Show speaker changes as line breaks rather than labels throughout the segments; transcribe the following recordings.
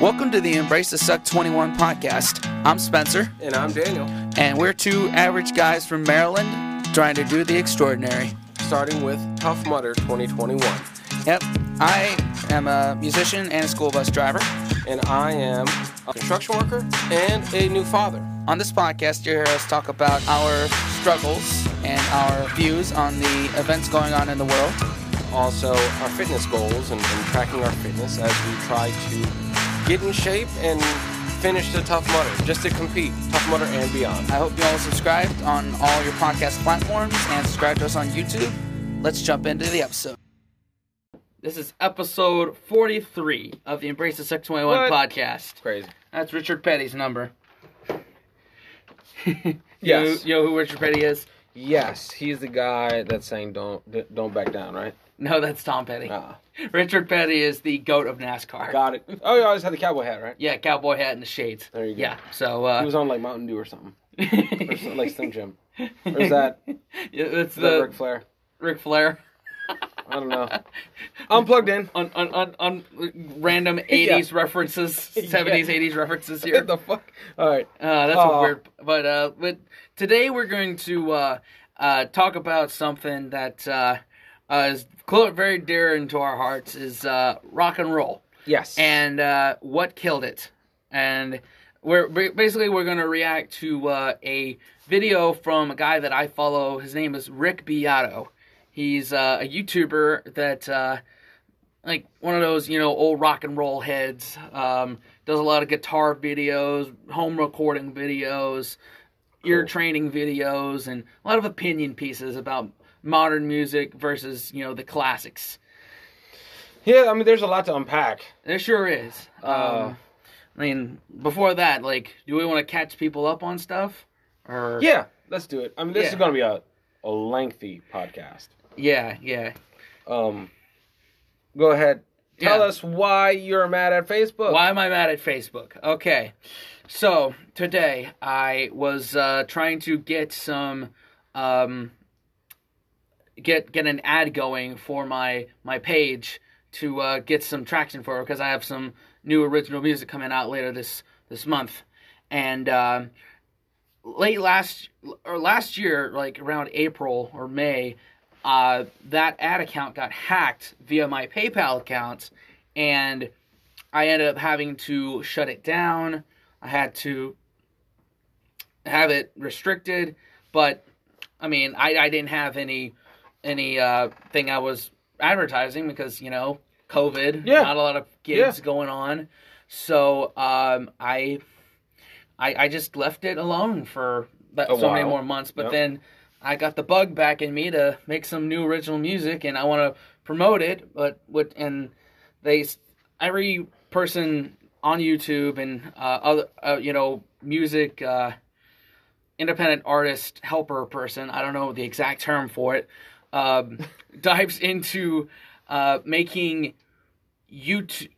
Welcome to the Embrace the Suck 21 podcast. I'm Spencer,
And I'm Daniel,
and we're two average guys from Maryland trying to do the extraordinary.
starting with Tough Mudder 2021.
Yep, I am a musician and a school bus driver.
And I am a construction worker and a new father.
On this podcast, you hear us talk about our struggles and our views on the events going on in the world.
Also, our fitness goals and, and tracking our fitness as we try to get in shape and finish the Tough Mudder, just to compete, Tough Mudder and beyond.
I hope you all subscribed on all your podcast platforms and subscribe to us on YouTube. Let's jump into the episode. This is episode 43 of the Embrace the Sex 21
What?
podcast.
Crazy.
That's Richard Petty's number.
Yes.
You, you know who Richard Petty is?
Yes, he's the guy that's saying don't d- don't back down, right?
No, that's Tom Petty.
Uh,
Richard Petty is the goat of NASCAR.
got it. Oh, you always had the cowboy hat, right?
Yeah, cowboy hat and the shades.
There you go.
Yeah, so
He
uh,
was on like Mountain Dew or something, or so- like Slim Jim. Or is that, is
Yeah, that's
that
the
Ric Flair?
Ric Flair
I don't know. Unplugged in.
on on on, on random '80s references, '70s '80s references here.
What the fuck? All right.
Uh, that's a
Aw.
weird. But uh, but today we're going to uh, uh, talk about something that uh, uh, is clo- very dear into our hearts is uh, rock and roll
Yes.
and uh, what killed it. And we're ba- basically we're going to react to uh, a video from a guy that I follow. His name is Rick Beato. He's uh, a YouTuber that uh, like one of those you know old rock and roll heads. Um, does a lot of guitar videos, home recording videos, ear
Cool.
training videos, and a lot of opinion pieces about modern music versus you know the classics.
yeah, I mean, there's a lot to unpack.
There sure is. Um,
Uh,
I mean, before that, like, do we want to catch people up on stuff? Or
Yeah, let's do it. I mean, this
Yeah.
is going to be a, a lengthy podcast.
yeah, yeah.
Um, go ahead. Tell
Yeah.
us why you're mad at Facebook.
Why am I mad at Facebook? Okay, so today I was uh, trying to get some, um, get get an ad going for my my page to uh, get some traction for because I have some new original music coming out later this this month, and um late last or last year, like around April or May, uh, that ad account got hacked via my PayPal account, and I ended up having to shut it down. I had to have it restricted, but I mean, I, I didn't have any any uh, thing I was advertising because you know COVID,
Yeah.
not a lot of gigs going on. So um, I, I I just left it alone for that,
A
so many
while.
more months. But
Yep.
then I got the bug back in me to make some new original music, and I want to promote it. But what and they s- every person on YouTube and uh, other uh, you know music uh, independent artist helper person I don't know the exact term for it um, dives into uh, making YouTube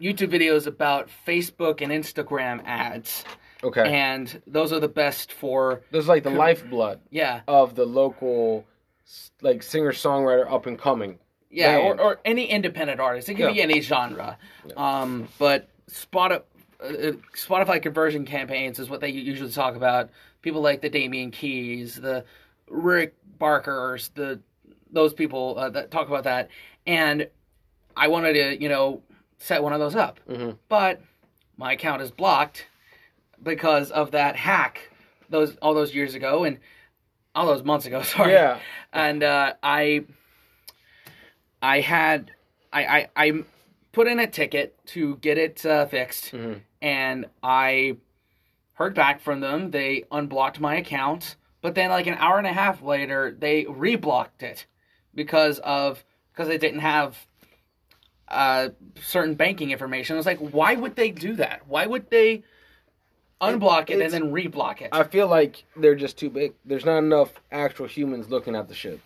YouTube videos about Facebook and Instagram ads,
Okay.
and those are the best for
There's like the lifeblood
yeah
of the local s- like singer songwriter up and coming.
yeah or,
Band.
or any independent artist it could be
Yeah.
any genre um but spotify uh, spotify conversion campaigns is what they usually talk about people like the damien keys the rick barkers the those people uh, that talk about that and i wanted to you know set one of those up
Mhm.
but my account is blocked because of that hack those all those years ago and all those months ago sorry
Yeah.
and uh, I, I had, I, I, I put in a ticket to get it uh, fixed,
Mhm.
and I heard back from them. They unblocked my account, but then like an hour and a half later, they reblocked it because of because they didn't have uh, certain banking information. I was like, why would they do that? Why would they unblock it, and
it's-
then reblock it?
I feel like they're just too big. There's not enough actual humans looking at the shit.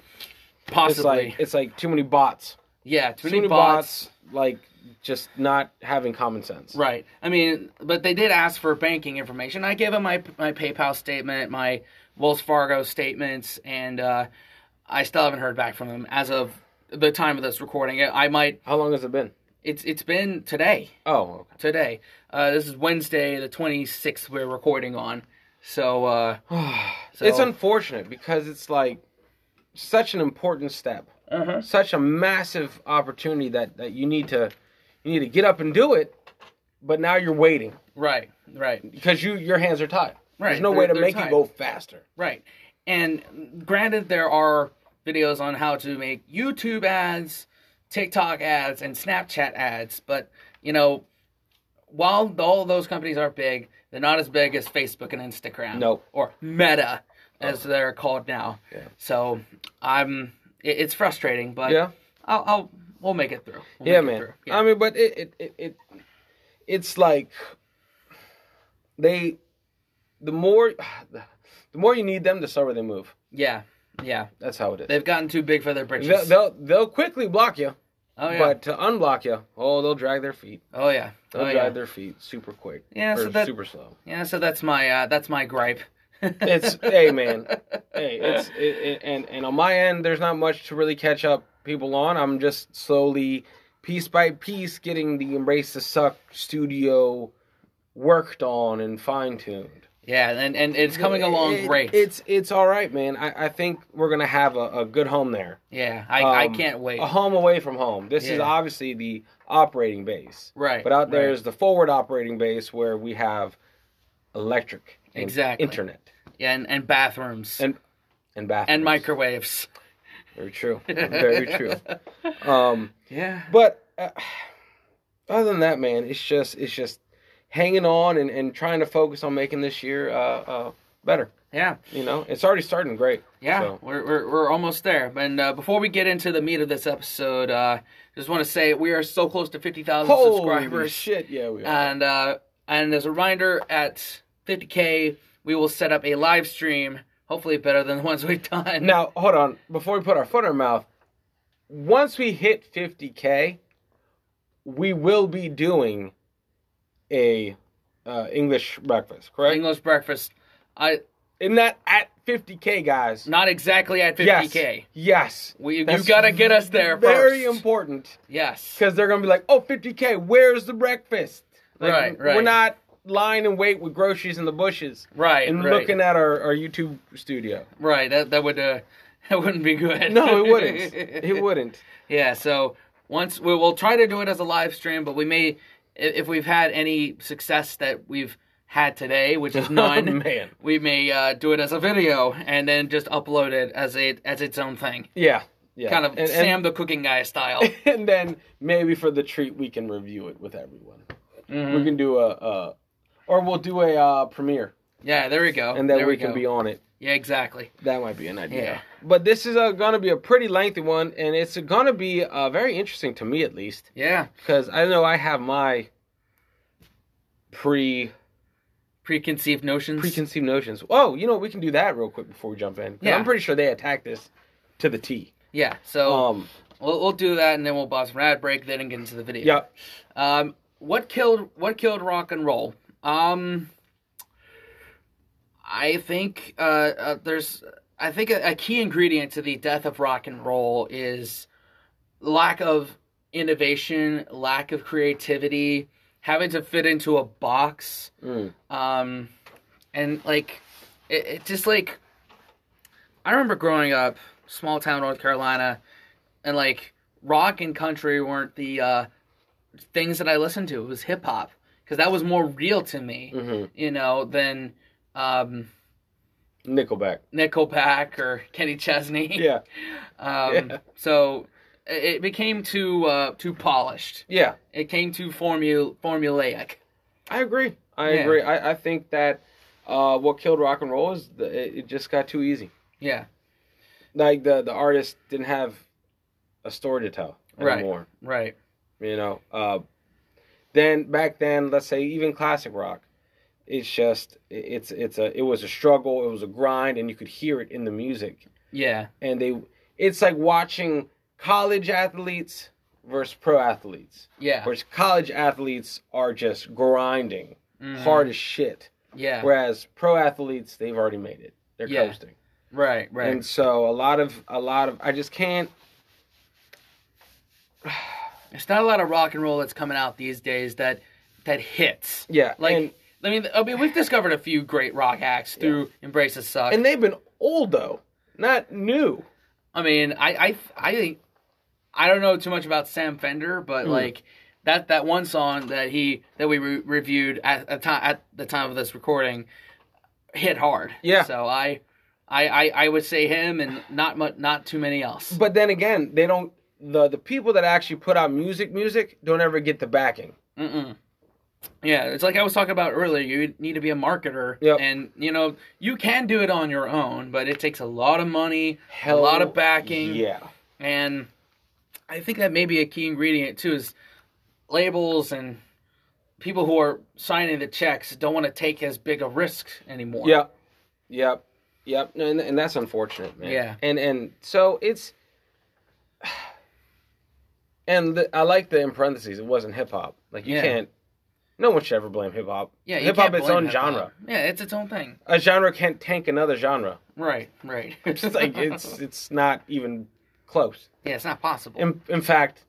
It's
Possibly,
like it's like too many bots.
yeah. Too many,
Too many
bots.
bots like just not having common sense.
Right. I mean, but they did ask for banking information. I gave them my my PayPal statement, my Wells Fargo statements, and uh, I still haven't heard back from them as of the time of this recording. I I might
How long has it been?
It's it's been today.
Oh, okay.
Today. Uh, this is Wednesday, the twenty sixth. We're recording on. So, uh, so
It's unfortunate because it's like such an important step,
uh-huh.
such a massive opportunity that that you need to you need to get up and do it, but now you're waiting
right, right.
because you your hands are tied.
Right,
There's no
they're-
way to
they're
make
tied.
it go faster.
Right. And granted, there are videos on how to make YouTube ads, TikTok ads, and Snapchat ads, but, you know, while all those companies are big, they're not as big as Facebook and Instagram.
Nope.
Or Meta, as they're called now.
Yeah.
So I'm. It, it's frustrating, but
Yeah.
I'll, I'll we'll make it through. We'll
yeah,
make it
man.
through. Yeah.
I mean, but it, it it it it's like they the more the more you need them, the slower they move.
yeah, yeah.
That's how it is.
They've gotten too big for their britches.
They'll they'll, they'll quickly block you,
oh yeah.
but to unblock you, oh, they'll drag their feet.
oh yeah.
They'll
Oh
drag
yeah.
their feet super quick.
Yeah, so
or
that-
super slow.
Yeah. So that's my uh, that's my gripe.
It's hey man, hey it's it, it, and and on my end, there's not much to really catch up people on. I'm just slowly, piece by piece, getting the embrace the suck studio worked on and fine tuned.
Yeah, and, and it's coming along
It-
great.
It's it's all right, man. I, I think we're gonna have a, a good home there.
yeah, I, I
Um,
can't wait.
A home away from home. This is
Yeah.
obviously the operating base.
Right,
But out there
right.
is the forward operating base where we have electric, and
Exactly.
internet,
Yeah, and, and bathrooms and,
and and bathrooms.
microwaves.
Very true. Very true. Um,
Yeah.
but uh, other than that, man, it's just it's just hanging on and, and trying to focus on making this year uh, uh, better.
Yeah,
You know, it's already starting great.
yeah,
So-
we're, we're we're almost there. And uh, before we get into the meat of this episode, uh, just want to say we are so close to fifty thousand
Holy
subscribers.
shit! Yeah, we are.
And uh, and as a reminder, at fifty k, we will set up a live stream, hopefully better than the ones we've done.
now, hold on. Before we put our foot in our mouth, once we hit 50k, we will be doing a uh, English breakfast, correct?
English breakfast. I
And that at 50k, guys.
not exactly at fifty
yes.
k.
Yes.
We you
That's
gotta get us there
Very
first.
important
Yes.
because they're gonna be like, "Oh, 50k. Where's the breakfast?" Like,
Right, right.
We're not lying in wait with groceries in the bushes
Right.
and
right.
looking at our, our YouTube studio.
Right. That that would uh, that wouldn't be good.
No, it wouldn't. it wouldn't.
yeah. So once we will try to do it as a live stream, but we may i- if we've had any success that we've had today, which is none.
Oh, man.
We may uh, do it as a video and then just upload it as a as its own thing,
Yeah. Yeah.
kind of
And- and-
Sam the Cooking Guy style.
and then maybe for the treat we can review it with everyone. We
Mm-hmm.
can do a, a or we'll do a uh, premiere
yeah, there we go.
and then
There
we, can
go.
be on it.
Yeah, exactly.
That might be an idea.
Yeah.
But this is uh gonna be a pretty lengthy one, and it's gonna be uh, very interesting to me at least
Yeah,
because I know I have my pre
preconceived notions.
preconceived notions. Oh, you know we can do that real quick before we jump in. 'cause
Yeah.
I'm pretty sure they attack this to the T.
yeah. So
Um,
we'll, we'll do that and then we'll boss an ad break, then and get into the video.
yeah.
Um, what killed what killed rock and roll? Um, I think uh, uh, there's I think a, a key ingredient to the death of rock and roll is lack of innovation, lack of creativity, having to fit into a box,
Mm.
um, and like it, it just like I remember growing up, small town North Carolina, and like rock and country weren't the uh, things that I listened to. It was hip hop because that was more real to me,
Mhm.
you know, than um,
Nickelback.
Nickelback or Kenny Chesney.
Yeah.
Um,
Yeah.
So it it became too uh, too polished.
Yeah.
It came too formu- formulaic.
I agree. I
Yeah.
agree. I, I think that uh, what killed rock and roll is the, it, it just got too easy.
Yeah.
Like the the artist didn't have a story to tell
Right.
anymore.
Right.
You know. Uh, then back then, let's say even classic rock, it's just it, it's it's a it was a struggle. It was a grind, and you could hear it in the music.
Yeah.
And they it's like watching college athletes versus pro athletes,
Yeah.
whereas college athletes are just grinding
Mhm.
hard as shit.
Yeah.
Whereas pro athletes, they've already made it. They're
Yeah,
coasting.
Right. Right.
And so a lot of a lot of I just can't
It's not a lot of rock and roll that's coming out these days that that hits.
Yeah,
Like
and,
I mean, I mean, we've discovered a few great rock acts through Embrace the Suck.
and they've been old though, not new.
I mean, I I I think I don't know too much about Sam Fender,
Hmm.
but like that that one song that he that we re- reviewed at at, time, at the time of this recording hit hard.
Yeah.
So I I I, I would say him and not much not too many else.
But then again, they don't. The the people that actually put out music, music don't ever get the backing.
Mm-mm. Yeah, it's like I was talking about earlier. You need to be a marketer,
Yep.
and you know you can do it on your own, but it takes a lot of money,
Hell
a lot of backing,
Yeah,
and I think that may be a key ingredient too is labels and people who are signing the checks don't want to take as big a risk anymore.
Yep. Yep. Yep. No, and, and that's unfortunate, man.
Yeah.
And and so it's and the, I like the in parentheses. It wasn't hip hop. Like you
Yeah.
can't. No one should ever blame hip hop.
yeah, you
Hip hop
can't
its
blame
own
hip-hop.
genre.
Yeah, it's its own thing.
A genre can't tank another genre.
Right, right.
It's just like it's it's not even close.
yeah, it's not possible.
In in fact,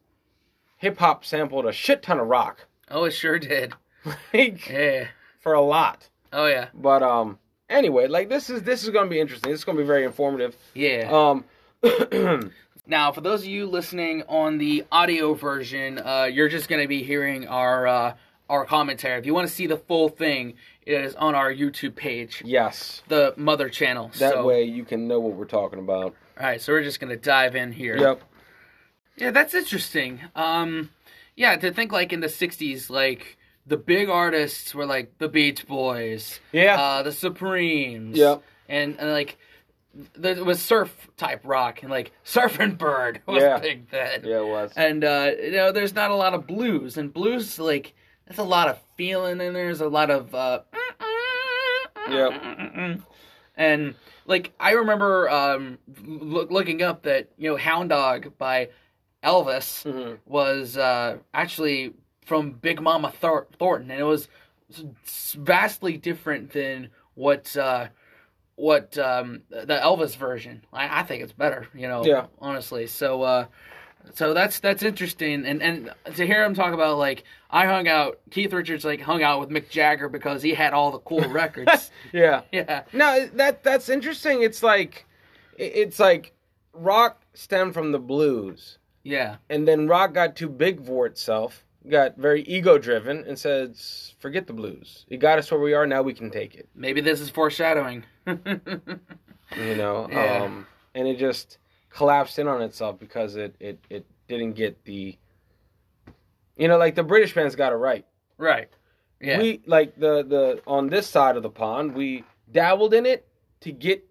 hip hop sampled a shit ton of rock.
oh, it sure did.
Like
Yeah.
for a lot.
Oh yeah.
But um anyway, like this is this is gonna be interesting. This is gonna be very informative.
Yeah.
Um
Now, for those of you listening on the audio version, uh, you're just going to be hearing our uh, our commentary. If you want to see the full thing, it is on our YouTube page,
yes.
the Mother Channel.
That
so,
way you can know what we're talking about.
all right. So we're just going to dive in here.
Yep.
Yeah, that's interesting. Um, yeah, to think like in the '60s, like the big artists were like the Beach Boys,
Yeah.
uh, the Supremes,
Yep.
and, and like there was surf type rock, and like Surf and Bird was
Yeah.
big then.
yeah, it was.
and uh, you know there's not a lot of blues and blues like that's a lot of feeling in there. there's a lot of uh
Yep.
and like i remember um loo- looking up that you know hound dog by elvis
Mhm.
was uh actually from big mama Thor- thornton and it was s- vastly different than what uh what um the elvis version i, I think it's better you know
Yeah.
honestly so uh so that's that's interesting, and and to hear him talk about like I hung out Keith Richards like hung out with Mick Jagger because he had all the cool records.
Yeah.
Yeah,
No, that that's interesting. It's like it- it's like rock stemmed from the blues.
yeah,
And then rock got too big for itself, got very ego driven and said, forget the blues. It got us where we are, now we can take it.
maybe this is foreshadowing.
You know?
Yeah.
Um and it just collapsed in on itself because it, it, it didn't get the you know, like the British bands got it right.
right. Yeah.
we like the the on this side of the pond we dabbled in it to get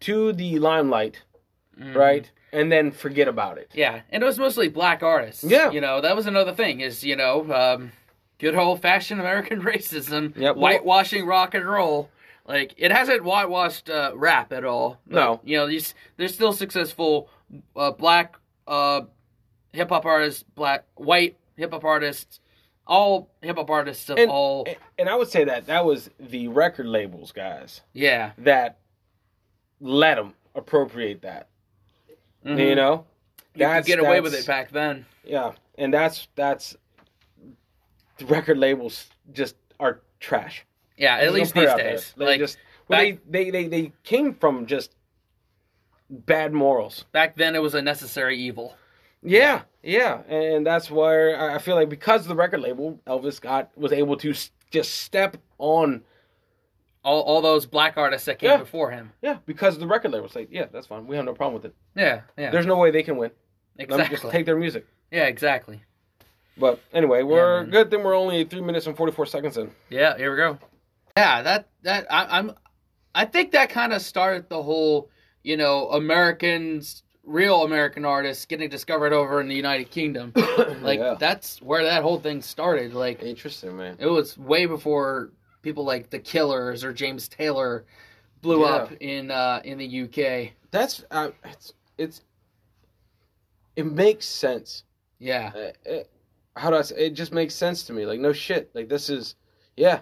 to the limelight
Mhm.
right and then forget about it
Yeah, and it was mostly black artists.
Yeah.
you know that was another thing is you know um, good old fashioned American racism,
Yep.
whitewashing rock and roll. Like it hasn't whitewashed uh, rap at all.
No.
you know these there's still successful uh, black uh, hip hop artists, black white hip hop artists, all hip hop artists of
And-
all.
A- and i would say that that was the record labels guys
yeah,
that let them appropriate that you
Mhm.
know
you could
That's-
get away with
that's-
it back then.
yeah and that's that's the record labels just are trash
Yeah, at
There's no
least
put
these
out there.
days.
they
like
just well,
back-
they, they they they came from just bad morals
back then, it was a necessary evil.
Yeah, yeah, and that's where I- I feel like because of the record label, Elvis got was able to s- just step on.
All all those black artists that came
Yeah.
before him.
Yeah, because of the record label was like, yeah, that's fine. We have no problem with it.
Yeah, yeah.
There's no way they can win. Let me
exactly.
just take their music.
yeah, exactly.
But anyway, we're
man.
good. Then we're only three minutes and forty four seconds in.
Yeah, here we go. Yeah, that that I, I'm, I think that kind of started the whole, you know, Americans, real American artists getting discovered over in the United Kingdom. Like
Yeah.
that's where that whole thing started. Like
Interesting, man.
it was way before people like the Killers or James Taylor blew
Yeah.
up in uh in the UK.
That's uh, it's it's it makes sense.
Yeah.
Uh, it, how do I say? It just makes sense to me. Like no shit. Like this is, yeah,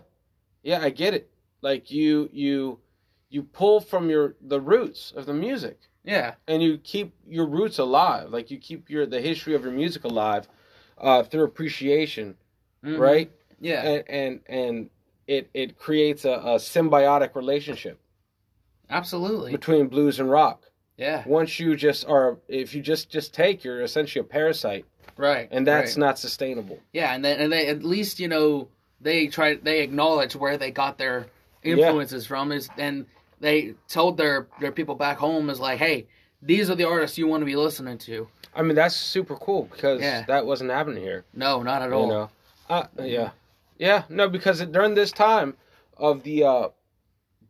yeah. I get it. Like you you you pull from your the roots of the music
Yeah.
and you keep your roots alive. Like you keep your the history of your music alive uh, through appreciation,
Mhm.
right?
Yeah,
And and, and it it creates a, a symbiotic relationship
absolutely.
between blues and rock.
Yeah,
Once you just are, if you just just take, you're essentially a parasite,
right.
and
right.
that's not sustainable.
Yeah, and then and they at least you know they try they acknowledge where they got their influences from is and they told their their people back home is like, hey, these are the artists you want to be listening to.
I mean, that's super cool because
Yeah.
that wasn't happening here.
No, not at
You
all. Mm-hmm.
know, uh, yeah, yeah, no, because it, during this time of the uh,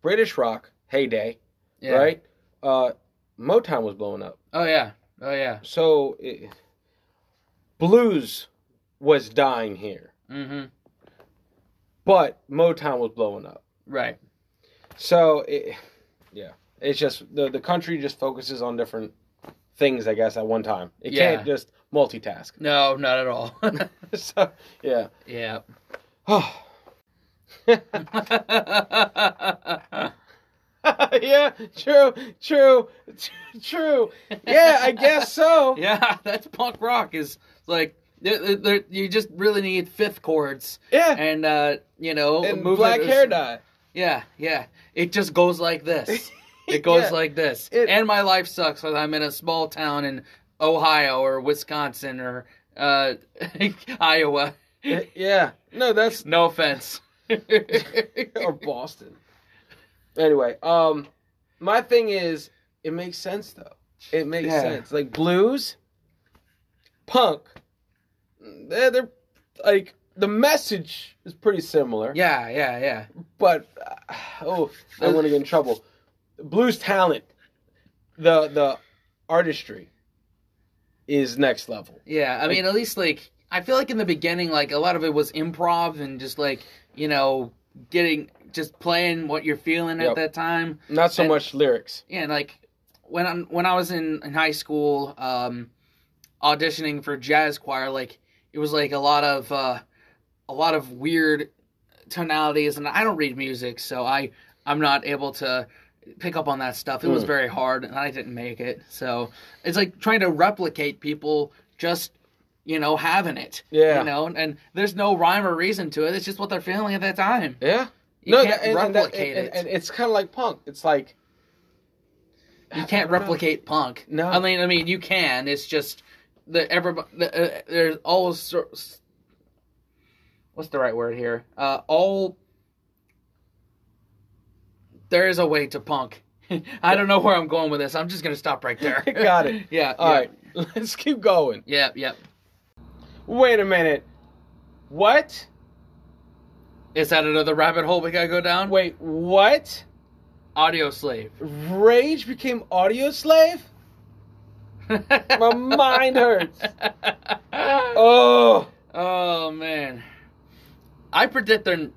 British rock heyday,
yeah.
right? Uh, Motown was blowing up,
Oh yeah. Oh yeah.
so it, blues was dying here,
Mm-hmm.
but Motown was blowing up.
Right.
So, it, yeah, it's just the the country just focuses on different things, I guess, at one time. It
Yeah.
can't just multitask.
No, not at all.
so, yeah. Oh,
yeah.
yeah, true, true, true. Yeah, I guess so.
yeah, that's punk rock is like there- there- there- you just really need fifth chords
Yeah,
and uh, you know
and
movement
black
is-
hair dye.
Yeah, yeah. It just goes like this. It goes
Yeah.
like this.
It-
and my life sucks. Whether I'm in a small town in Ohio or Wisconsin or uh, Iowa.
Y- Yeah, no, that's
No offense.
or Boston. Anyway, um, my thing is, it makes sense though. It makes
Yeah.
sense. Like blues, punk, they're, they're like the message is pretty similar.
yeah, yeah, yeah.
but uh, oh, I'm gonna get in trouble. Blues talent, the the artistry, is next level.
Yeah, I mean, at least like I feel like in the beginning, like a lot of it was improv and just like you know getting just playing what you're feeling
Yep.
at that time.
Not so
And-
much lyrics.
Yeah, and like when I'm when I was in, in high school, um, auditioning for jazz choir, like it was like a lot of uh, a lot of weird tonalities, and I don't read music, so I I'm not able to pick up on that stuff. It was
Mm.
very hard, and I didn't make it. So it's like trying to replicate people just you know having it.
Yeah.
You know, and, and there's no rhyme or reason to it. It's just what they're feeling at that time.
Yeah,
You can't
that- and- and that-
replicate
and-
it.
and it's kind of like punk. It's like
You can't replicate punk.
No.
I mean, I mean, you can. It's just the everybody. The, uh, there's all sorts. What's the right word here? Uh, all. There is a way to punk. I don't know where I'm going with this. I'm just gonna stop right there.
Got it.
yeah.
all
yeah,
right, let's keep going.
Yeah. Yeah.
Wait a minute. What?
Is that another rabbit hole we gotta go down?
Wait, what?
Audio slave.
Rage became audio slave? My mind hurts. Oh,
Oh man, I predict they're n-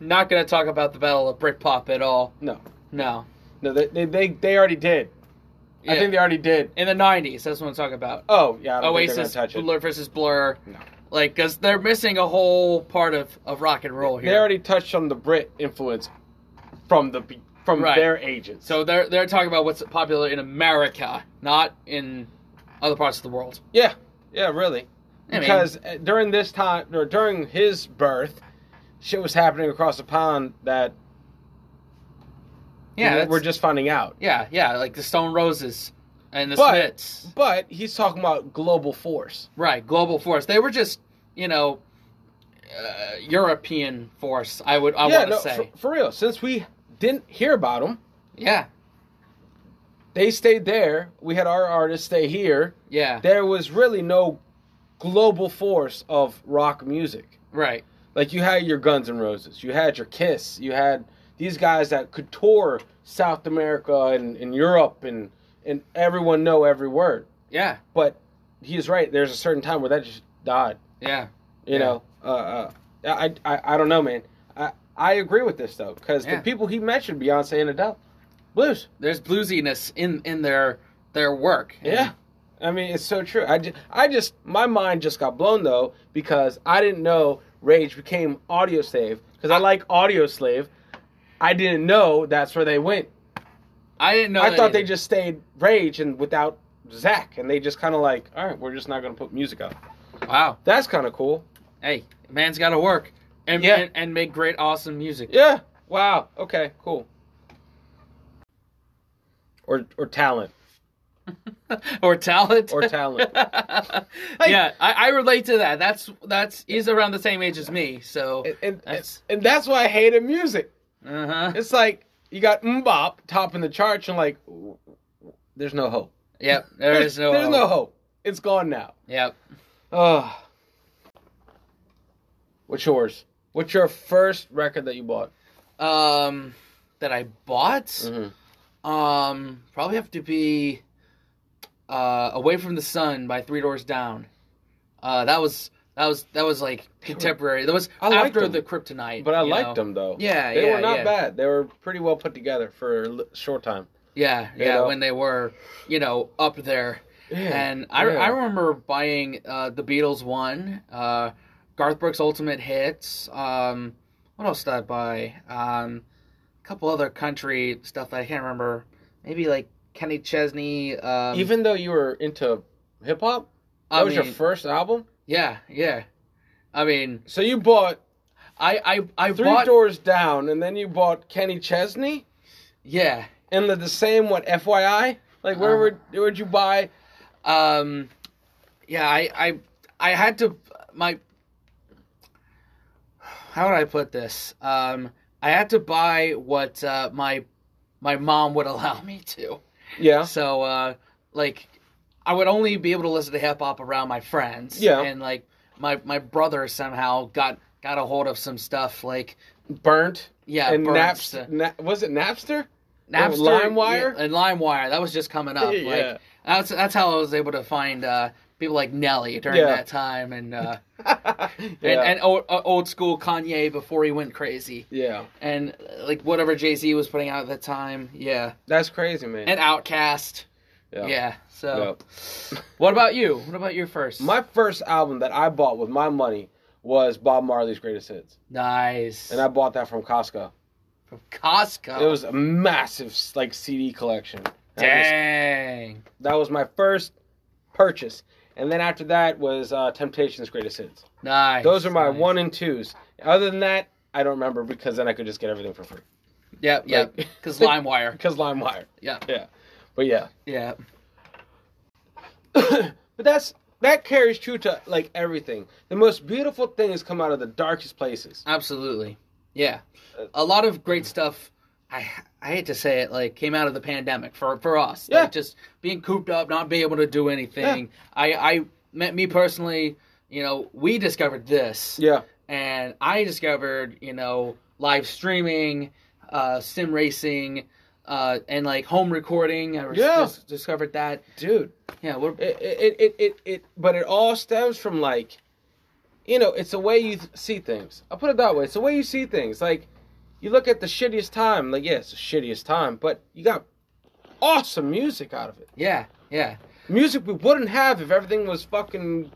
not going to talk about the Battle of Britpop at all.
no,
No,
no, they they they, they already did. I
Yeah.
think they already did.
in the '90s, that's what I'm talking about.
Oh yeah, I don't think they're
Oasis
gonna touch it.
Blur versus Blur,
No.
like because they're missing a whole part of of rock and roll here.
They already touched on the Brit influence from the be- from
Right.
their ages.
so they're they're talking about what's popular in America, not in other parts of the world.
yeah, yeah, really.
I mean-
Because uh, during this time or during his birth, shit was happening across the pond that
Yeah,
we-
that's,
we're just finding out.
yeah, yeah, like the Stone Roses and the
But-
Smiths.
But he's talking about global force.
Right, global force. They were just, you know, uh, European force. I would, I
yeah,
want to
no,
say,
For, for real. Since we didn't hear about him,
yeah,
they stayed there. We had our artists stay here.
yeah,
There was really no global force of rock music.
right,
Like you had your Guns N' Roses, you had your Kiss, you had these guys that could tour South America and, and Europe and and everyone know every word.
yeah,
But he's right. There's a certain time where that just died.
yeah,
You
Yeah.
know, uh, uh, I, I I don't know, man. I I agree with this though because
Yeah.
the people he mentioned, Beyonce and Adele, blues.
there's bluesiness in in their their work.
Yeah. I mean, it's so true. I just, I just, my mind just got blown though because I didn't know Rage became Audio Slave because I like Audio Slave. I didn't know that's where they went.
I didn't know.
I
that
thought they
either.
just stayed Rage and without Zach, and they just kind of like, all right, we're just not gonna put music up.
Wow.
That's kind of cool.
Hey, man's got to work and,
Yeah.
and and make great, awesome music.
Yeah. Wow. Okay. Cool. Or or talent
or talent.
or talent.
yeah, I, I relate to that. That's that's he's around the same age as me, so
and, and,
That's-
and that's why I hated music.
uh-huh.
It's like you got Mbop topping the charts and like there's no hope.
Yep, there is no
there's no hope. It's gone now.
Yep.
Ugh. What's yours? What's your first record that you bought?
Um that I bought
Mm-hmm.
um probably have to be uh Away from the Sun by Three Doors Down. Uh that was that was that was like contemporary. That was
I liked
after
them,
the Kryptonite.
But I
you
liked
know?
them though.
Yeah,
they
yeah,
were not
yeah.
bad. They were pretty well put together for a li- short time.
Yeah,
You
yeah,
know?
when they were, you know, up there. And I,
yeah.
I remember buying uh, the Beatles one, uh, Garth Brooks' Ultimate Hits. Um, what else did I buy? Um, a couple other country stuff that I can't remember. Maybe like Kenny Chesney. Um,
even though you were into hip hop, that
I
was your
mean,
first album.
Yeah, yeah. I mean,
So you bought
I I I
Three
bought
Doors Down, and then you bought Kenny Chesney,
yeah.
and the, the same what FYI. Like where
Uh-huh.
would where'd you buy?
Um, yeah, I I I had to my. How would I put this? Um, I had to buy what uh, my my mom would allow me to.
Yeah,
So, uh, like, I would only be able to listen to hip hop around my friends.
Yeah.
And like, my my brother somehow got got a hold of some stuff like
burnt
yeah,
and
Burns,
Napster. Na- was it Napster?
uh,
and
Napster,
LimeWire?
yeah, and LimeWire that was just coming up.
Yeah.
Like that's that's how I was able to find uh, people like Nelly during
Yeah.
that time and uh,
yeah.
and, and old, uh, old school Kanye before he went crazy
yeah,
and uh, like whatever Jay Z was putting out at the time. Yeah,
that's crazy, man.
and Outkast. Yeah. so.
yeah.
What about you? What about your first?
uh, My first album that I bought with my money was Bob Marley's Greatest Hits,
nice.
and I bought that from Costco.
From Costco.
It was a massive like CD collection. I just-
dang.
that was my first purchase, and then after that was uh, Temptations' Greatest Hits.
Nice.
Those are my
nice.
one and twos. Other than that, I don't remember because then I could just get everything for free
Yep, yep.
like-
Because LimeWire.
because LimeWire.
Yeah.
yeah, but yeah.
Yeah.
but that's that carries true to like everything. The most beautiful things come out of the darkest places.
Absolutely. Yeah.
Uh,
A lot of
mm-hmm.
great stuff. I I hate to say it, like came out of the pandemic for for us.
Yeah.
Like just being cooped up, not being able to do anything. I I met me personally. You know, we discovered this,
Yeah,
and I discovered you know live streaming, uh, sim racing, uh, and like home recording. I
Yeah.
dis- discovered that.
dude.
Yeah. What?
It, it, it, it, it, but it all stems from like, you know, it's the way you th- see things. I'll put it that way. It's the way you see things. Like, you look at the shittiest time. Like, yeah, it's the shittiest time, but you got awesome music out of it.
Yeah. Yeah.
Music we wouldn't have if everything was fucking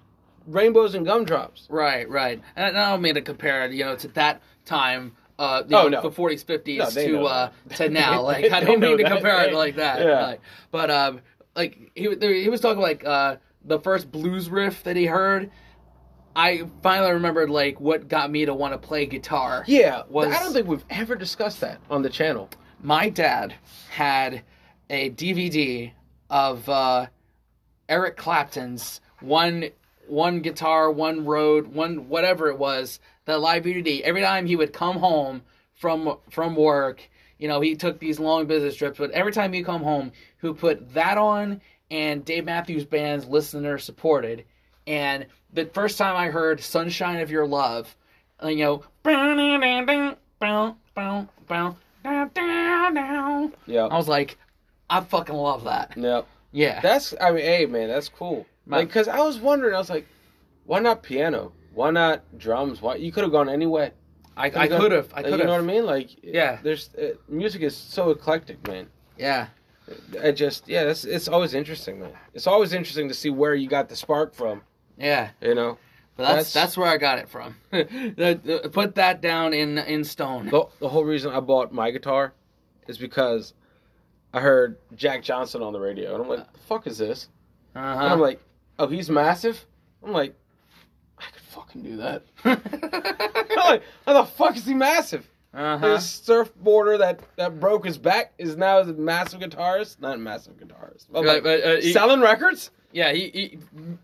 rainbows and gumdrops.
Right, right. And I don't mean to compare, you know, to that time, uh, you
Oh,
know,
no.
the 40s, 50s
No, they
to
know
uh,
that.
to now. Like, I
They
don't
know
mean to
that.
compare it
They-
like that.
yeah.
Like, but um, like he wa- there- he was talking like uh, the first blues riff that he heard. I finally remembered like what got me to want to play guitar.
Yeah,
Was-
I don't think we've ever discussed that on the channel.
My dad had a DVD of uh, Eric Clapton's one one guitar, one road, one whatever it was, the live DVD. Every time he would come home from from work, you know, he took these long business trips, but every time he come home, who put that on and Dave Matthews Band's listener supported. And the first time I heard Sunshine of Your Love, uh, you know, I
Yeah,
was like, I fucking love that.
yeah.
Yeah.
That's I mean, hey man, that's cool.
My-
Like, cause I was wondering, I was like, why not piano? Why not drums? Why you could have gone any way.
I, I could have. I
Like,
could
You know what I
have.
mean? Like,
Yeah.
There's uh, music is so eclectic, man.
Yeah.
I just yeah, it's it's always interesting, man. It's always interesting to see where you got the spark from.
Yeah.
You know,
But that's
That's-
that's where I got it from. That- that- Put that down in in stone.
the the whole reason I bought my guitar is because I heard Jack Johnson on the radio, and I'm like, the fuck is this? And
Uh-huh.
I'm like, oh, he's massive. I'm like, I could fucking do that.
uh-huh.
Like, How the fuck is he massive? This surfboarder that that broke his back is now a massive guitarist. Not a massive guitarist, but
Like,
like,
but, uh, he-
selling records.
yeah, he, he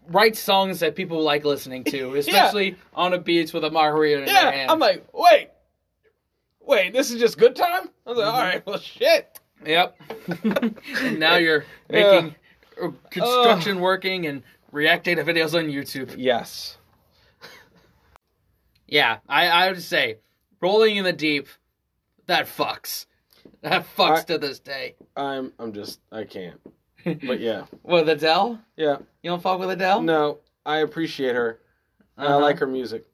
writes songs that people like listening to, especially on a beach with a margarita in their
Yeah,
hand.
I'm like, wait, wait, this is just good time. I was like,
Mm-hmm.
all right, well, shit.
Yep. and now you're
Yeah.
making uh, construction working and React data videos on YouTube.
Yes.
Yeah, I, I would say rolling in the deep, that fucks. That fucks
I-
to this day.
I'm. I'm just. I can't. But yeah.
With Adele?
Yeah.
You don't fuck with Adele?
No, I appreciate her. And I
Uh-huh.
like her music.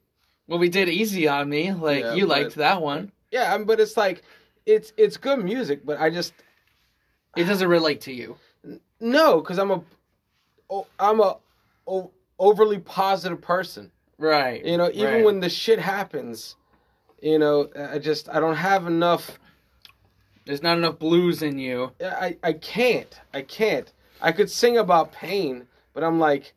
Well, we did Easy on Me. Like,
Yeah,
you
but-
liked that one.
Yeah, um, but it's like, it's it's good music, but I just
It doesn't relate to you.
no, because I'm a, oh, I'm a, o- overly positive person.
Right.
You know, even
Right.
when the shit happens, you know, I just I don't have enough.
There's not enough blues in you.
I I can't. I can't. I could sing about pain, but I'm like,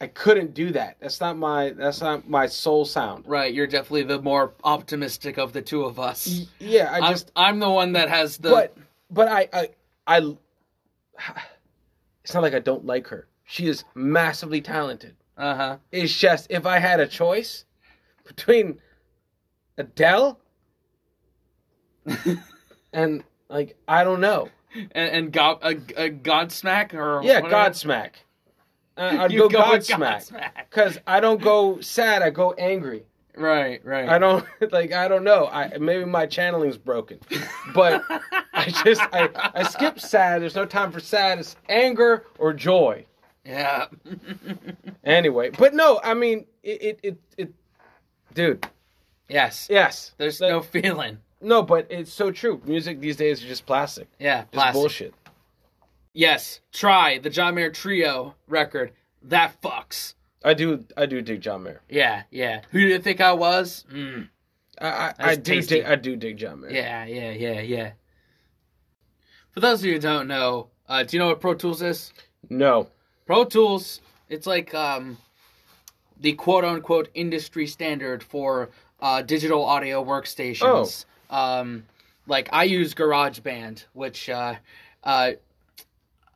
I couldn't do that. That's not my. That's not my soul sound.
Right. You're definitely the more optimistic of the two of us.
Y- Yeah, I
I'm,
just.
I'm the one that has the.
but but I, I I it's not like I don't like her. She is massively talented.
Uh huh.
It's just if I had a choice between Adele and like I don't know.
and, and God, a, a uh, Godsmack or
Yeah,
whatever.
Godsmack. Uh, I'd
You
go,
go with
Godsmack
Godsmack.
because I don't go sad. I go angry.
Right, right.
I don't like. I don't know. I maybe my channeling's broken, but I just I I skip sad. There's no time for sad. It's anger or joy.
yeah.
Anyway, but no, I mean it, it, it, it dude,
yes.
yes.
There's
Like,
no feeling.
no, but it's so true. Music these days is just plastic,
Yeah.
just
Plastic.
bullshit.
Yes. Try the John Mayer Trio record. That fucks.
I do, I do dig John Mayer.
Yeah, yeah. Who do you think I was? Mm.
I, I, I
That's
do,
tasty.
dig, I do dig John Mayer.
Yeah, yeah, yeah, yeah. For those of you who don't know, uh, do you know what Pro Tools is?
No,
Pro Tools, it's like um, the quote unquote industry standard for uh, digital audio workstations. Um, like I use GarageBand, which uh, uh,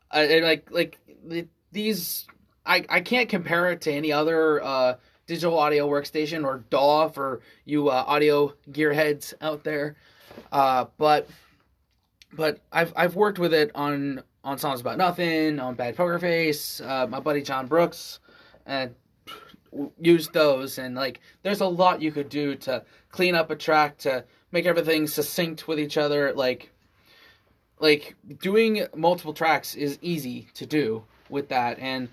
I, I like like the, these I, I can't compare it to any other uh, digital audio workstation or DAW for you uh, audio gearheads out there. Uh, but but I've I've worked with it on on songs about nothing, on Bad Poker Face, uh, my buddy John Brooks, and used those and like there's a lot you could do to clean up a track to make everything succinct with each other like like doing multiple tracks is easy to do with that and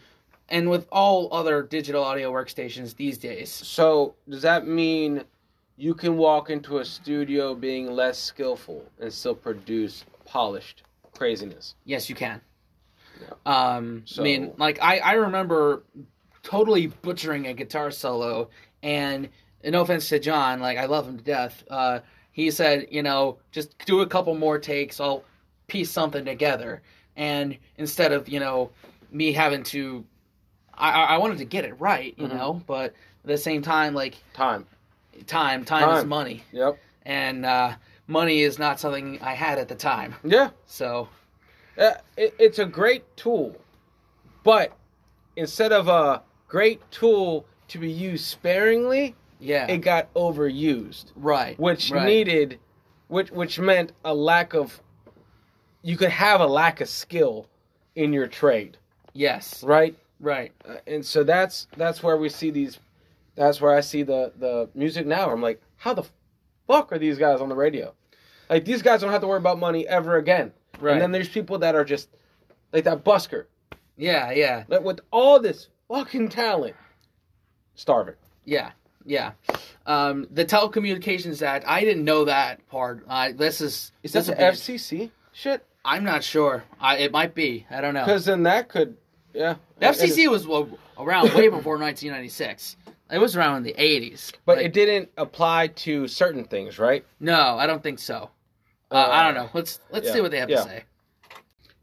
and with all other digital audio workstations these days
so does that mean you can walk into a studio being less skillful and still produce polished craziness?
Yes, you can.
Yeah.
Um, I mean,
So-
like I, I remember totally butchering a guitar solo, and no offense to John, like I love him to death. Uh, he said, you know, just do a couple more takes. I'll piece something together. And instead of you know me having to, I I I wanted to get it right, you
Mhm.
know, but at the same time, like
Time.
time, time, is
Time.
money,
Yep.
and uh, money is not something I had at the time.
Yeah.
So
Uh, it, it's a great tool, but instead of a great tool to be used sparingly,
yeah,
it got overused,
right,
which
right.
needed, which which meant a lack of. You could have a lack of skill in your trade,
Yes.
right?
Right.
Uh, and so that's that's where we see these. That's where I see the the music now. I'm like, how the fuck are these guys on the radio? Like these guys don't have to worry about money ever again.
Right.
And then there's people that are just like that busker
Yeah, yeah,
that with all this fucking talent, starving.
yeah, yeah. Um, the Telecommunications Act. I didn't know that part. I this is
Is that
this
the
a big-
FCC shit?
I'm not sure. I it might be. I don't know.
Because then that could, yeah.
The
It-
FCC
it-
was well, around way before 1996. It was around in the 80s.
but
Like,
it didn't apply to certain things, right?
no, I don't think so. Uh, I don't know. Let's let's
yeah,
see what they have
yeah.
to say.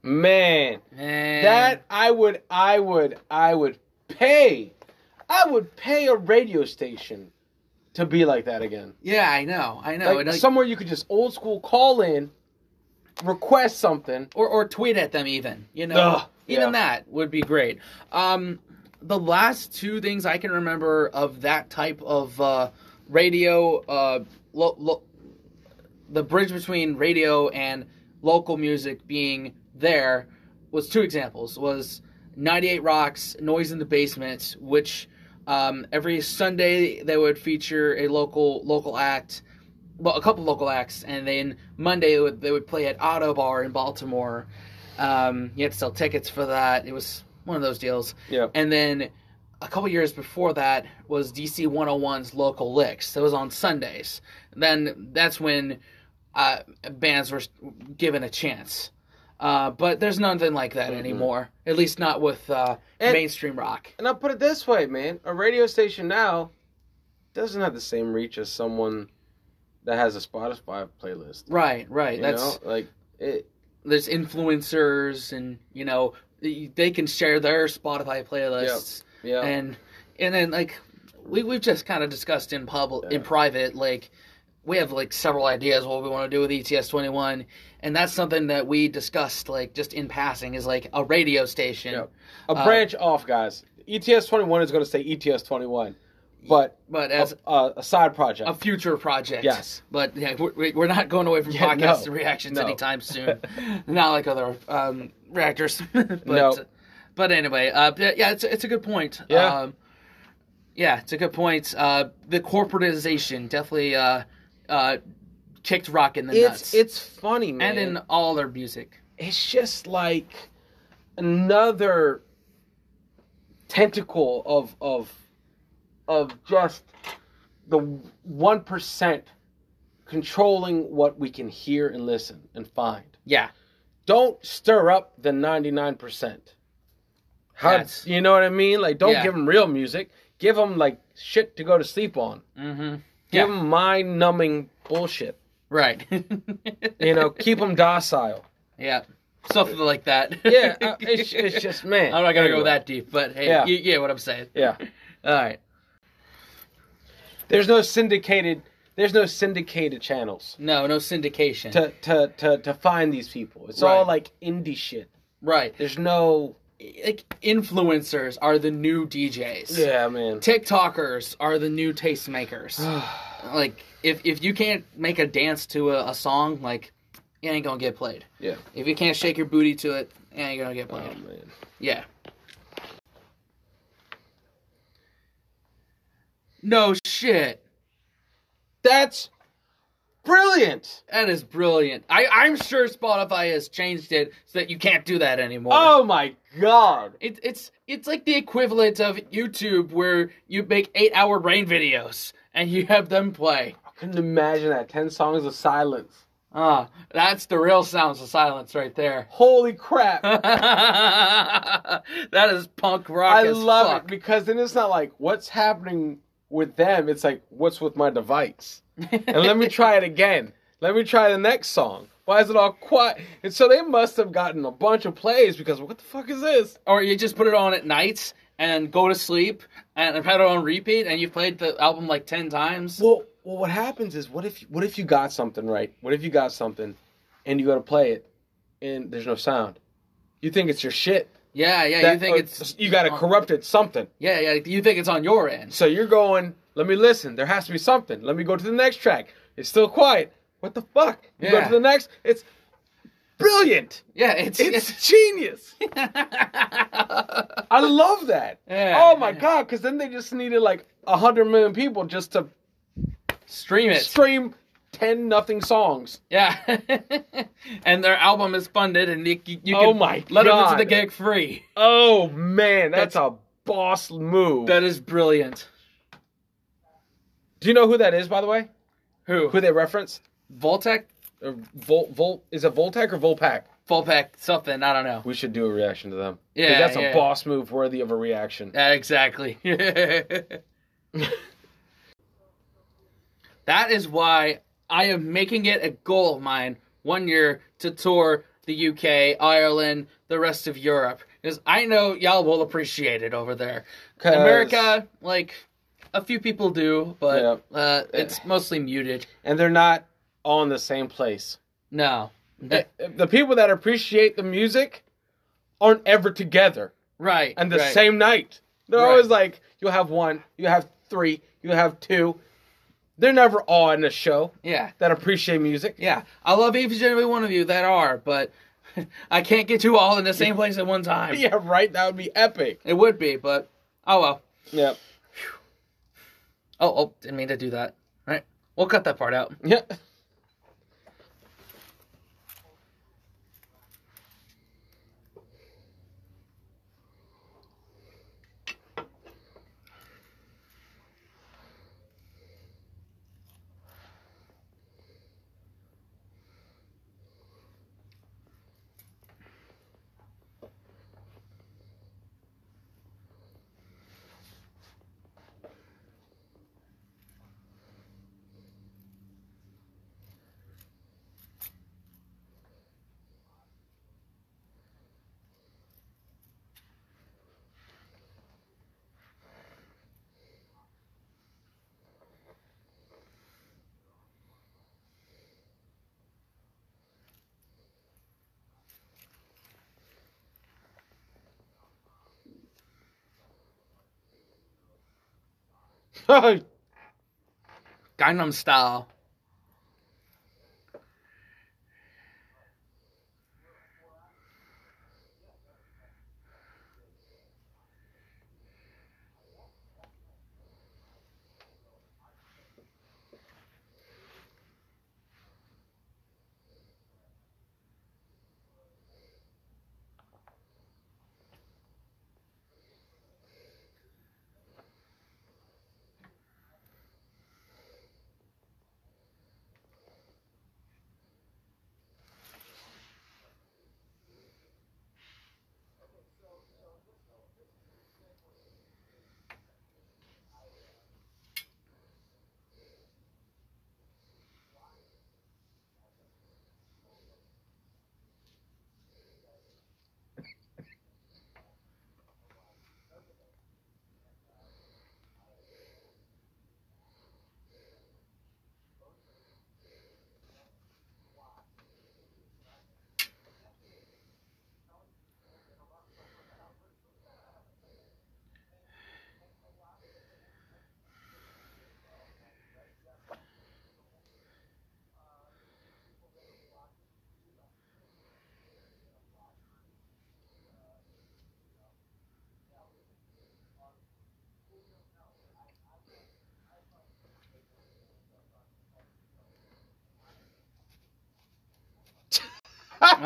Man,
And
that I would, I would, I would pay. I would pay a radio station to be like that again.
Yeah, I know, I know.
like,
And, like-
somewhere you could just old school call in, request something.
or or tweet at them even you know
Ugh,
even
yeah.
that would be great um the last two things i can remember of that type of uh radio uh lo- lo- the bridge between radio and local music being there was two examples was 98 rocks noise in the basement which um, every sunday they would feature a local local act well, a couple local acts, and then Monday they would, they would play at Auto Bar in Baltimore. Um, you had to sell tickets for that. It was one of those deals.
Yeah.
And then a couple years before that was DC 101's Local Licks. That was on Sundays. Then that's when uh, bands were given a chance. Uh, but there's nothing like that anymore. At least not with uh,
Mm-hmm. And-
mainstream rock.
And I'll put it this way, man. A radio station now doesn't have the same reach as someone that has a Spotify playlist.
Right, right.
You
that's
know? like it
there's influencers and you know they can share their spotify playlists
yeah.
and and then like we, we've just kind of discussed in public in
Yeah.
private like we have like several ideas what we want to do with E ets 21 and that's something that we discussed like just in passing is like a radio station
Yep. a
uh,
branch off, guys. E ETS twenty one is gonna say E ETS twenty one. But
but
as
as
a, a, a side project.
a future project
Yes.
but yeah we're, we're not going away from
Yeah, no.
podcasts and reactions
No.
anytime soon not like other um reactors but uh,
No.
but anyway uh but yeah it's, it's a good point
Yeah.
um, yeah it's a good point uh the corporatization definitely uh uh kicked rock in the
it's
nuts
it's funny, man.
and in all their music
it's just like another tentacle of of of just the one percent controlling what we can hear and listen and find.
yeah
Don't stir up the ninety nine percent. How
Yes.
you know what I mean? Like, don't
Yeah.
'em give them real music. Give them like shit to go to sleep on.
mm-hmm
Give
Yeah.
'em Give them mind numbing bullshit.
right
You know, keep them docile.
yeah something like that
Yeah, uh, it's, it's just man.
i'm not gonna go
Anyway.
that deep but hey
Yeah.
you get what i'm saying
Yeah.
all right
There's no syndicated. There's no syndicated channels
no no syndication
to to to, to find these people. It's all
Right.
like indie shit.
right
There's no.
like influencers are the new DJs.
Yeah, man.
TikTokers are the new tastemakers. like if if you can't make a dance to a, a song, like it ain't gonna get played.
yeah.
If you can't shake your booty to it, it ain't gonna get
Oh
played.
man.
Yeah. No shit.
That's brilliant.
That is brilliant. I, I'm sure Spotify has changed it so that you can't do that anymore.
Oh my god.
It, it's it's like the equivalent of YouTube where you make eight hour rain videos and you have them play.
I couldn't imagine that. Ten songs of silence.
Ah, that's the real sounds of silence right there.
Holy crap.
that is punk rock.
I
as
love it
fuck.
because then it's not like what's happening with them. It's like what's with my device. and let me try it again. Let me try the next song. Why is it all quiet? And so they must have gotten a bunch of plays because what the fuck is this?
Or you just put it on at night and go to sleep and have had it on repeat and you've played the album like ten times.
Well, well, what happens is what if what if you got something right? What if you got something, and you go to play it, and there's no sound? You think it's your shit.
Yeah, yeah. you
That- uh,
think
or
it's
you got to corrupt it something.
yeah, yeah. You think it's on your end.
So you're going, let me listen. There has to be something. Let me go to the next track. It's still quiet. What the fuck? You go
Yeah.
to the next. It's brilliant.
Yeah, it's it's,
It's genius. I love that.
Yeah.
oh my god, because then they just needed like a hundred million people just to
stream it.
stream ten nothing songs.
Yeah, and their album is funded, and you, you, you
Oh
can
my
let them into
God.
the gig free.
Oh man, that's, a boss move.
That is brilliant.
Do you know who that is, by the way?
Who?
Who they referenced?
Voltec,
Uh, Volt Volt is it Voltec or Volpac?
Volpec, something. I don't know.
We should do a reaction to them. 'Cause
Yeah,
that's
yeah.
a boss move worthy of a reaction.
Yeah, exactly. that is why I am making it a goal of mine one year to tour the UK, Ireland, the rest of Europe, because I know y'all will appreciate it over there.
'Cause-
America, like a few people do, but
Yep.
uh,
Eh.
it's mostly muted.
and they're not all in the same place.
No, Eh,
the the people that appreciate the music aren't ever together
right,
and the
right.
same night. They're
Right.
always like, you'll have one, you have three, you have two. They're never all in the show
Yeah,
that appreciate music.
yeah. I love each and every one of you that are, but I can't get you all in the same place at one time.
Yeah, right. That would be epic.
It would be, but oh well.
Yep.
Oh, oh, didn't mean to do that. All right, we'll cut that part out.
Yep.
Gangnam Style.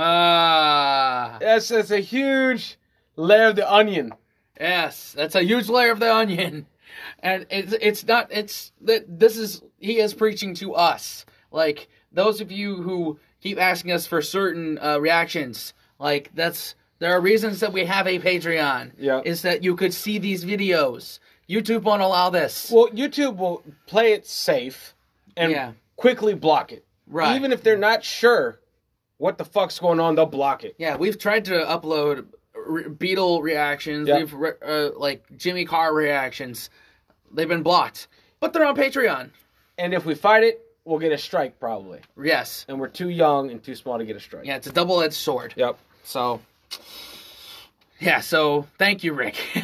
Ah,
that's that's a huge layer of the onion.
yes, that's a huge layer of the onion, and it's it's not it's th- this is he is preaching to us. Like those of you who keep asking us for certain uh, reactions, like that's there are reasons that we have a Patreon.
Yeah.
is that you could see these videos. YouTube won't allow this.
Well, YouTube will play it safe and
Yeah.
quickly block it.
Right.
Even if they're not sure what the fuck's going on, they'll block it.
Yeah, we've tried to upload re- Beatle reactions.
Yeah.
We've re- uh, like Jimmy Carr reactions. They've been blocked, but they're on Patreon.
And if we fight it, we'll get a strike probably.
Yes.
And we're too young and too small to get a strike.
Yeah, it's a double-edged sword.
Yep.
So, yeah. So thank you, Rick.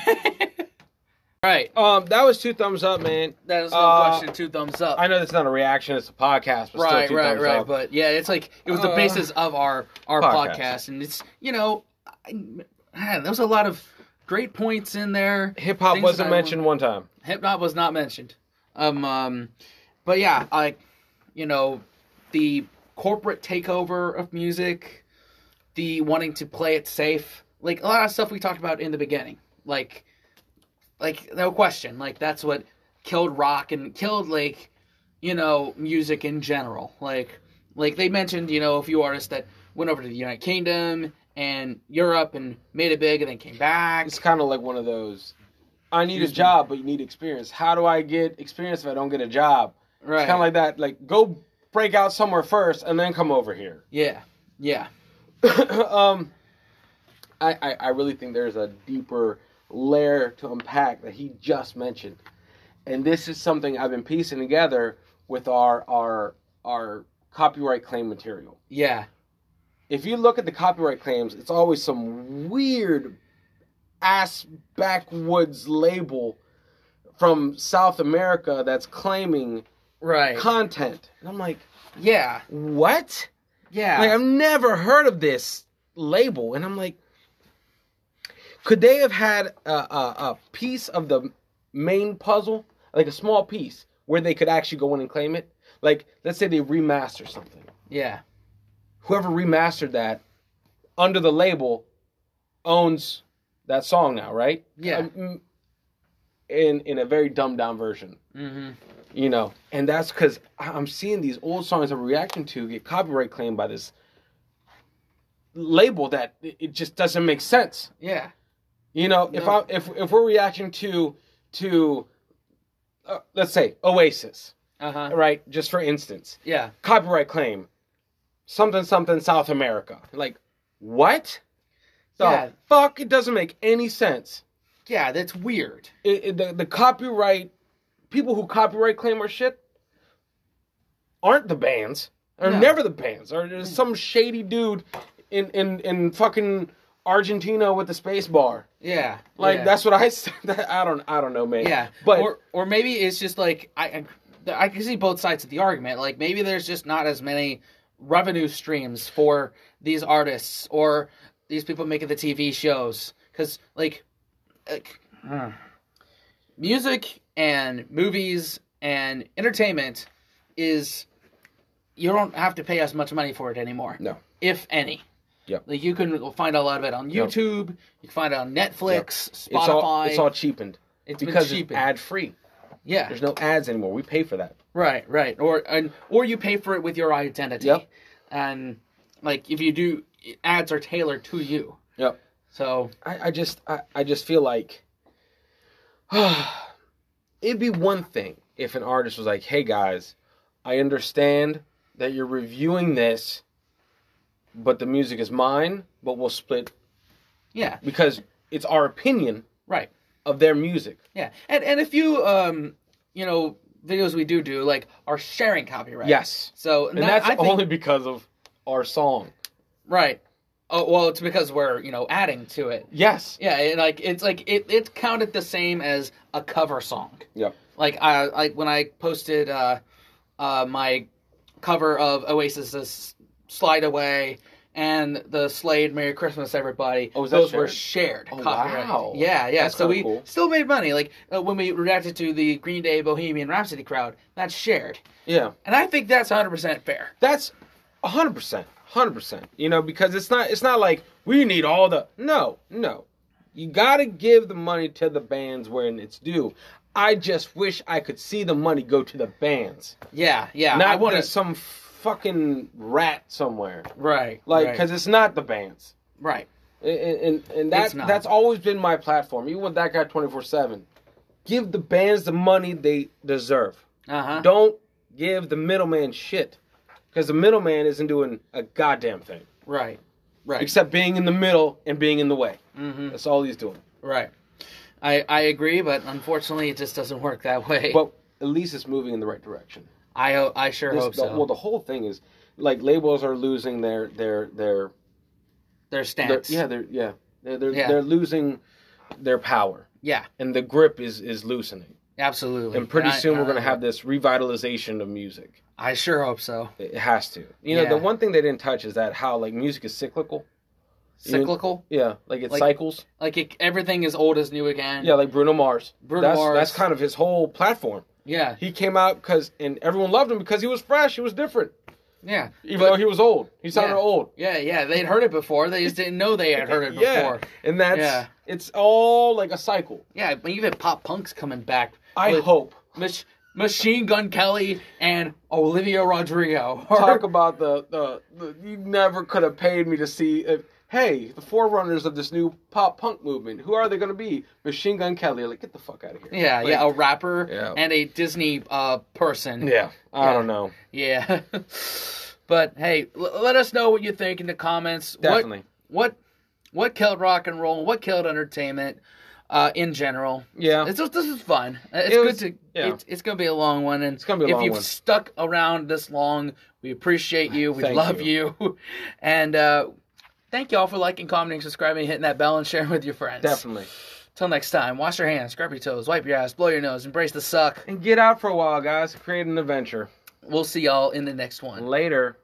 All right.
Um, that was two thumbs up, man.
That is no
Uh,
question. Two thumbs up.
I know that's not a reaction; it's a podcast. But still
right,
two
right,
thumbs
right.
Up.
But yeah, it's like it was the
Uh,
basis of our our podcast,
podcast.
and it's you know, I, man, there was a lot of great points in there.
Hip hop
Things
wasn't
that I
mentioned one time.
Hypnot was not mentioned. Um, um, but yeah, like you know, the corporate takeover of music, the wanting to play it safe, like a lot of stuff we talked about in the beginning. Like, like no question, like that's what killed rock and killed like, you know, music in general. Like, like they mentioned, you know, a few artists that went over to the United Kingdom and Europe and made it big and then came back.
It's kind of like one of those. I need a
Excuse me.
job, but you need experience. How do I get experience if I don't get a job?
Right.
It's kind of like that. Like go break out somewhere first, and then come over here.
yeah. Yeah.
um, I, I, I really think there's a deeper layer to unpack that he just mentioned. And this is something I've been piecing together with our our our copyright claim material.
Yeah.
If you look at the copyright claims, it's always some weird ass backwoods label from South America that's claiming
Right.
content. And I'm like,
Yeah.
what?
Yeah.
Like I've never heard of this label, and I'm like, could they have had a, a, a piece of the main puzzle, like a small piece, where they could actually go in and claim it? Like, let's say they remaster something.
yeah.
Whoever remastered that under the label owns that song now, right?
Yeah.
Um, in in a very dumbed down version
Mm-hmm.
you know and that's because i'm seeing these old songs i'm reacting to get copyright claimed by this label that it it just doesn't make sense
Yeah.
you know if
No.
i if, if we're reacting to to uh, let's say oasis
Uh-huh.
right just for instance
Yeah.
copyright claim something something south america like what the
Yeah.
fuck it doesn't make any sense
Yeah, that's weird.
it, it- the, the copyright people who copyright claim our shit aren't the bands are
No. Mm.
never the bands or there's some shady dude in in in fucking Argentina with the space bar
Yeah.
like
yeah.
that's what I said I don't I don't know man
Yeah,
but
or or maybe it's just like I I I can see both sides of the argument. Like maybe there's just not as many revenue streams for these artists or these people making the TV shows because like, like, mm, music and movies and entertainment is you don't have to pay as much money for it anymore
no
if any.
Yep.
Like you can find a lot of it on
Yep.
YouTube. You can find it on Netflix, Spotify.
it's all it's all cheapened
It's been
because it's
cheapened.
ad free
yeah.
there's no ads anymore we pay for that
Right, right. Or and or you pay for it with your identity.
Yep.
And like if you do ads are tailored to you.
Yep.
So
I, I just I, I just feel like it'd be one thing if an artist was like, hey guys, I understand that you're reviewing this, but the music is mine, but we'll split
yeah,
because it's our opinion
right.
of their music.
Yeah. And and a few um you know videos we do do like are sharing copyright.
Yes.
So
And
that-
that's
I think-
only because of our song.
right. Oh well, it's because we're you know adding to it.
Yes.
Yeah, it, like it's like it it's counted the same as a cover song.
Yep.
Like I like when I posted uh, uh, my cover of Oasis's "Slide Away" and the Slade "Merry Christmas, Everybody."
Oh, was that
those were shared
Oh,
copyright.
wow.
Yeah, yeah.
That's
so
kinda
we
cool.
still made money. Like uh, when we reacted to the Green Day Bohemian Rhapsody crowd, that's shared,
Yeah.
and I think that's 100 percent fair.
That's hundred percent. Hundred percent. You know, because it's not it's not like we need all the No, no. You gotta give the money to the bands when it's due. I just wish I could see the money go to the bands.
Yeah, yeah.
Not
I want to
to some fucking rat somewhere.
right,
Like,
right,
because it's not the bands.
right.
And, and, and
It's
that,
not.
that's always been my platform, even with that guy 24 7. Give the bands the money they deserve.
Uh huh.
Don't give the middleman shit. Because the middleman isn't doing a goddamn thing.
Right, right.
except being in the middle and being in the way.
mm-hmm.
That's all he's doing.
Right. I, I agree, but unfortunately, it just doesn't work that way.
But at least it's moving in the right direction.
I ho- I sure
This-
hope
the-
so.
Well, the whole thing is like labels are losing their their their,
Their
their
stance.
yeah they're yeah they're they're,
Yeah.
they're losing their power
Yeah,
and the grip is is loosening.
absolutely.
And pretty
I-
soon we're
I-
gonna have this revitalization of music.
I sure hope so.
It has to. You know, the
Yeah.
one thing they didn't touch is that how like music is cyclical. You-
Cyclical,
Yeah, like it
Like-
cycles.
like it, everything is old is new again.
Yeah, like Bruno Mars.
Bruno
that's,
Mars.
That's kind of his whole platform.
yeah,
He came out because and everyone loved him because he was fresh. He was different.
yeah,
even
But-
though he was old. He sounded
Yeah.
old.
yeah, yeah. They'd heard it before. They just didn't know they had heard it
Yeah,
before.
and that's
Yeah.
it's all like a cycle.
Yeah, but even pop punk's coming back.
I
with
hope
Mach- Machine Gun Kelly and Olivia Rodrigo.
talk about the, the the you never could have paid me to see. If, hey, the forerunners of this new pop punk movement. Who are they going to be? Machine Gun Kelly. Like, get the fuck out of here.
yeah, yeah, a rapper
Yeah.
and a Disney uh, person.
Yeah, I don't know.
Yeah. but hey, l- let us know what you think in the comments. What-
Definitely.
What, what killed rock and roll, what killed entertainment uh, in general.
Yeah.
It's just, this is fun. It's
Oh. It
good
was-
to.
yeah.
It's, it's gonna be a long one, and
It's gonna be a
if
long
you've
one.
stuck around this long, we appreciate you. We
Thank
love you, and uh, thank you all for liking, commenting, subscribing, hitting that bell, and sharing with your friends.
Definitely.
Till next time, wash your hands, scrub your toes, wipe your ass, blow your nose, embrace the suck.
And get out for a while, guys. Create an adventure.
We'll see y'all in the next one.
Later.